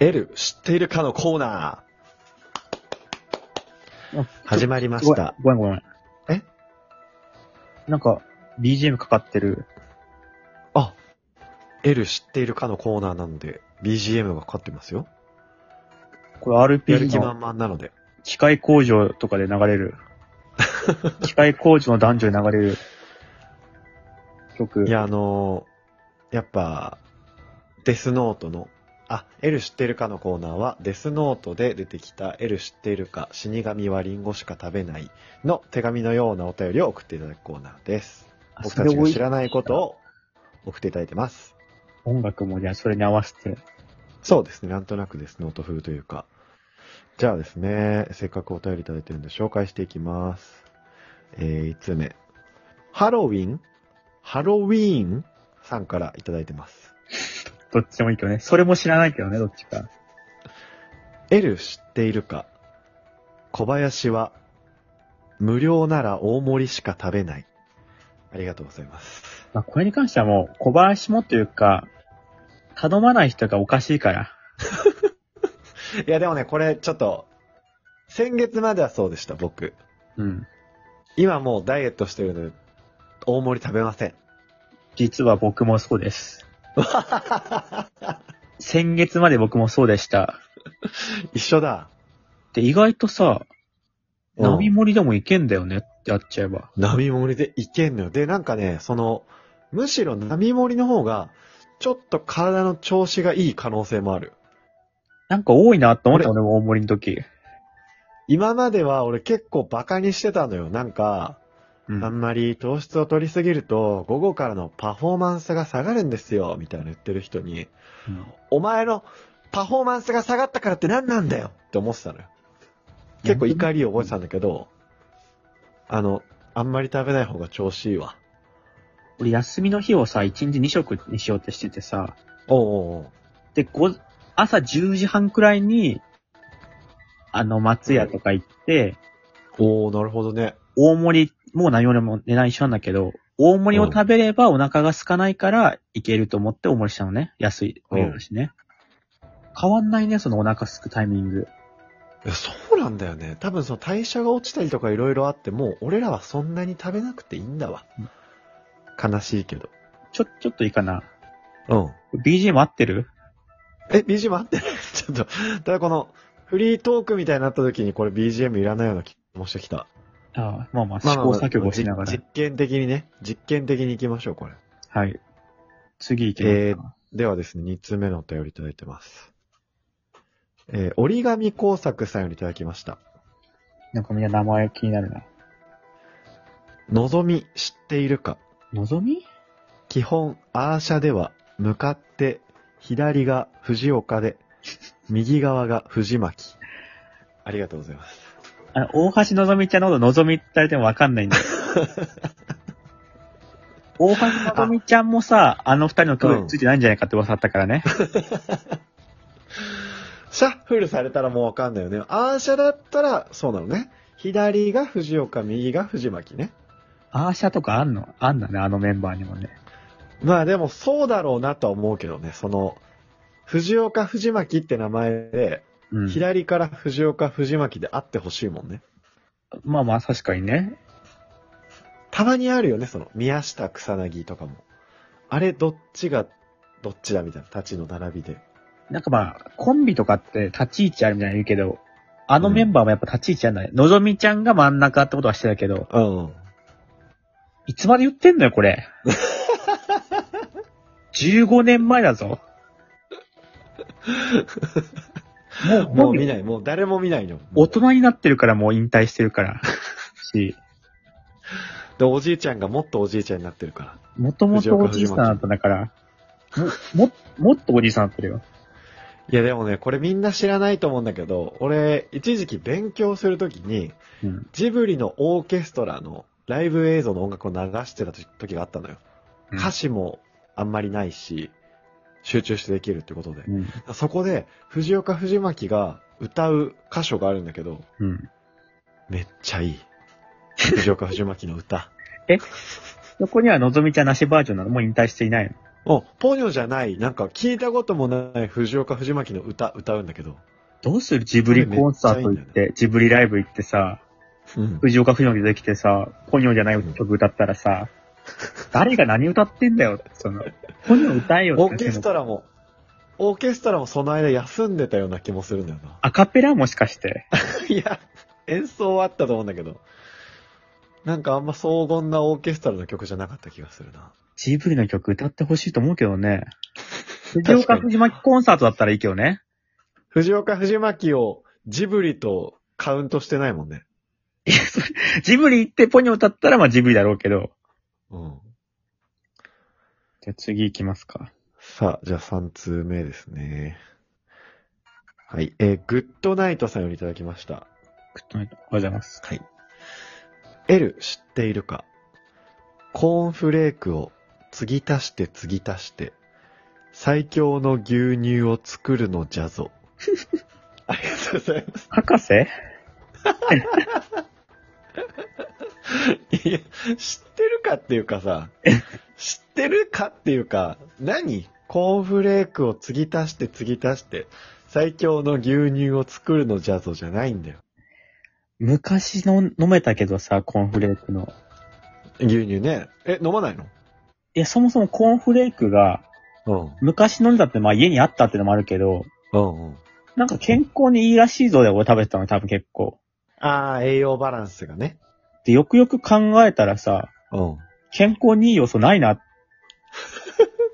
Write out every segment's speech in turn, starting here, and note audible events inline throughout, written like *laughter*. L 知っているかのコーナーあ。始まりまごしめんた。ごめんごめん。えなんか、BGM かかってる。あ、L 知っているかのコーナーなんで、BGM がかかってますよ。これやる RPG 気の満々なので。機械工場とかで流れ *laughs* る。機械工場の男女で流れる曲。いや、あのーやっぱ、デスノートの、あ、L 知ってるかのコーナーは、デスノートで出てきた L 知っているか、死神はリンゴしか食べないの手紙のようなお便りを送っていただくコーナーです。あ、僕そたれちをが知らないことを送っていただいてます。音楽もじゃあそれに合わせて。そうですね、なんとなくです、ノート風というか。じゃあですね、せっかくお便りいただいてるんで紹介していきます。えー、5つ目。ハロウィンハロウィーンさんからいただいてます。どっちでもいいけどね。それも知らないけどね、どっちか。 L 知っているか小林は無料なら大盛りしか食べない。ありがとうございます。まあ、これに関してはもう、小林もというか、頼まない人がおかしいから。いやでもね、これちょっと、先月まではそうでした、僕。うん。今もうダイエットしてるので、大盛り食べません。実は僕もそうです。先月まで僕もそうでした。一緒だ。で、意外とさ、うん波盛りでもいけんだよねってやっちゃえば。波盛りでいけんのよ。で、なんかね、その、むしろ波盛りの方が、ちょっと体の調子がいい可能性もある。なんか多いなって思った俺俺も大盛りの時。今までは俺結構バカにしてたのよ。なんか、うあんん。まり糖質を取りすぎると、午後からのパフォーマンスが下がるんですよ、みたいな言ってる人に、お前のパフォーマンスが下がったからって何なんだよって思ってたのよ。結構怒りを覚えてたんだけど、あの、あんまり食べない方が調子いいわ。俺休みの日をさ、1日2食にしようってしててさ、おうおうおうで、ご、朝10時半くらいに、あの、松屋とか行って、おおなるほどね。大盛り、もう何よりも値段一緒なんだけど、大盛りを食べればお腹が空かないから、いけると思って大盛りしたのね。安い。うんお湯だしね。変わんないね、そのお腹空くタイミング。いやそうなんだよね。多分その代謝が落ちたりとかいろいろあって、もう俺らはそんなに食べなくていいんだわ。悲しいけど。ちょ、ちょっといいかな。うん。 BGM 合ってるえ、BGM 合ってない *laughs* ちょっと、ただこの、フリートークみたいになった時にこれ BGM いらないような気もしてきた。ああ、まあまあ、試行錯誤しながらじ。実験的にね、実験的に行きましょう、これ。はい。次行きますか。えーではですね、2通目のお便りいただいてます。えー折り紙工作さんよりいただきました。なんかみんな名前気になるな。のぞみ知っているかのぞみ基本、アーシャでは、向かって、左が藤岡で、右側が藤巻。ありがとうございます。あの、大橋のぞみちゃんのことのぞみって言われてもわかんないん *laughs* だよ。大橋のぞみちゃんもさ、あの二人の曲についてないんじゃないかって噂あったからね。シャッフルされたらもうわかんないよね。アーシャだったら、そうなのね。左が藤岡、右が藤巻ね。アーシャとかあんのあんだね、あのメンバーにもね。まあでもそうだろうなとは思うけどね。その、藤岡、藤巻って名前で、うん。左から藤岡、藤巻であってほしいもんね。まあまあ、確かにね。たまにあるよね、その、宮下、草薙とかも。あれ、どっちが、どっちだみたいな、立ちの並びで。なんかまあ、コンビとかって立ち位置あるみたいなの言うけど、あのメンバーもやっぱ立ち位置あるんだね。のぞみちゃんが真ん中ってことはしてたけど、うん。いつまで言ってんのよ、こ *laughs* れ。15年前だぞ。もう、ももうう見ない、もう誰も見ないの。大人になってるからもう引退してる *laughs* から。し、で、おじいちゃんがもっとおじいちゃんになってるから。もともとおじいさんだったんだから、も、も、もっとおじいさんだったよ。いやでもね、これみんな知らないと思うんだけど、俺、一時期勉強するときに、うん。ジブリのオーケストラのライブ映像の音楽を流してた時時があったのよ。うん歌詞もあんまりないし、集中してできるってことで。うん。そこで、藤岡藤巻が歌う箇所があるんだけど、うん。めっちゃいい。藤岡藤巻の歌。そこにはのぞみちゃんなしバージョンなのもう引退していないの。お、ポニョじゃない、なんか聞いたこともない藤岡藤巻の歌、歌うんだけど。どうするジブリコンサート行って、ジブリライブ行ってさ、うん。藤岡藤巻出てきてさ、ポニョじゃない曲歌ったら *laughs* さ、誰が何歌ってんだよ、その、ポニョ歌えよオっーて。ケストラも、オーケストラもその間休んでたような気もするんだよな。アカペラもしかして。いや、演奏はあったと思うんだけど。なんかあんま荘厳なオーケストラの曲じゃなかった気がするな。ジブリの曲歌ってほしいと思うけどね。か藤に岡藤巻コンサートだったらいいけどね。藤岡藤巻をジブリとカウントしてないもんね。いやそれジブリ行ってポニョ歌ったらまあジブリだろうけど。うん。じゃあ次行きますか。さあ、じゃあ3通目ですね。はい。えーグッドナイトさんよりいただきました。グッドナイト。おはようございます。はい。L 知っているかコーンフレークを継ぎ足して継ぎ足して、最強の牛乳を作るのじゃ *laughs* ぞ。ありがとうございます。博士いや、知ってるかっていうか *laughs* さ、知ってるかっていうか、何コーンフレークを継ぎ足して継ぎ足して、最強の牛乳を作るのじゃぞじゃないんだよ。昔の飲めたけどさ、コーンフレークの。牛乳ね。え、飲まないのいや、そもそもコーンフレークが、う昔飲んだってまあ家にあったってのもあるけど、ん。うんうん。なんか健康にいいらしいぞで俺食べてたの多分結構。ああ、栄養バランスがね。で、よくよく考えたらさ、うん。健康にいい要素ないなっ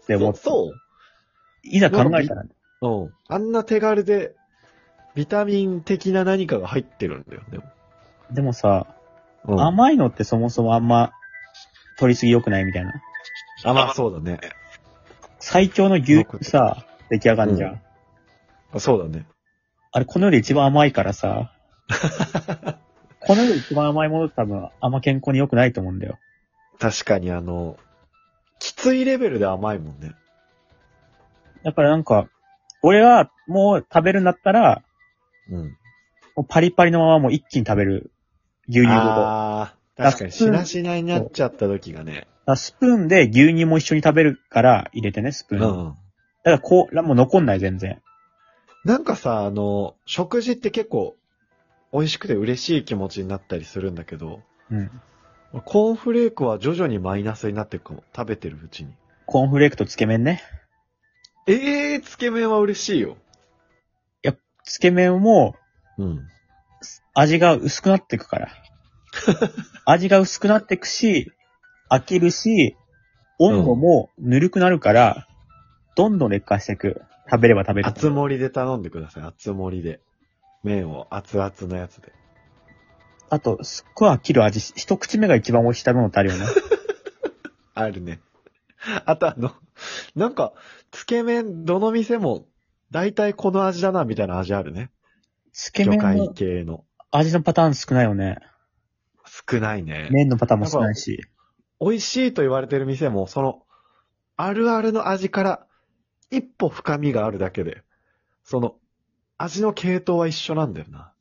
て思って。そういざ考えたら、うん。あんな手軽で、ビタミン的な何かが入ってるんだよ、でも。でもさ、うん、甘いのってそもそもあんま、取りすぎ良くないみたいな。あ、まあそうだね。最強の牛乳さ、出来上がんじゃん。うあそうだね。あれ、この世で一番甘いか *laughs* らさ、この世で一番甘いものって多分、あんま健康に良くないと思うんだよ。確かにあの、きついレベルで甘いもんね。だからなんか、俺はもう食べるんだったら、うん。もうパリパリのままもう一気に食べる。牛乳ごと。ああ、確かにしなしなになっちゃった時がね。だからスプーンで牛乳も一緒に食べるから入れてね、スプーうン。だかん。らこう、もう残んない全然。なんかさ、あの、食事って結構、美味しくて嬉しい気持ちになったりするんだけど、うん。コーンフレークは徐々にマイナスになっていくかも。食べてるうちに。コーンフレークとつけ麺ね。ええー、つけ麺は嬉しいよ。つけ麺もうん。味が薄くなっていくから。 *laughs* 味が薄くなっていくし、飽きるし、温度もぬるくなるから、どんどん劣化していく。食べれば食べるほど。厚盛りで頼んでください、厚盛りで。麺を熱々のやつで。あと、すっごい飽きる味。一口目が一番美味しい食べ物ってあるよね。あるね。 *laughs* あとあの、なんか、つけ麺、どの店も、だいたいこの味だな、みたいな味あるね。つけ魚麺介の系の。味のパターン少ないよね。少ないね。麺のパターンも少ないし。美味しいと言われてる店も、その、あるあるの味から、一歩深みがあるだけで、その、味の系統は一緒なんだよな。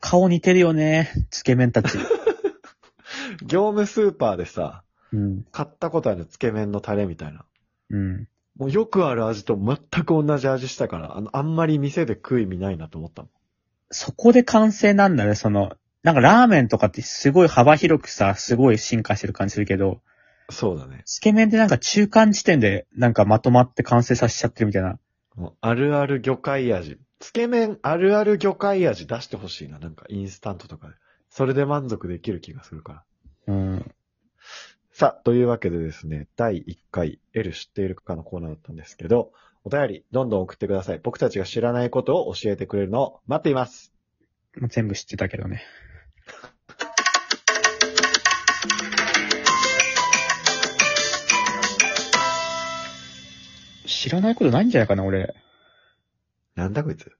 顔似てるよね。つけ麺た *laughs* ち。業務スーパーでさ、うん。買ったことあるつけ麺のタレみたいな。うん。もうよくある味と全く同じ味したから、あの、あんまり店で食う意味ないなと思ったもん。そこで完成なんだね、その。なんかラーメンとかってすごい幅広くさ、すごい進化してる感じするけど、そうだね。つけ麺ってなんか中間地点でなんかまとまって完成させちゃってるみたいな。もうあるある魚介味。つけ麺あるある魚介味出してほしいな。なんかインスタントとかで。それで満足できる気がするから。うん。さあ、というわけでですね、第1回 L 知っているかのコーナーだったんですけど、お便りどんどん送ってください。僕たちが知らないことを教えてくれるのを待っています。まあ全部知ってたけどね。知らないことないんじゃないかな、俺。なんだこいつ。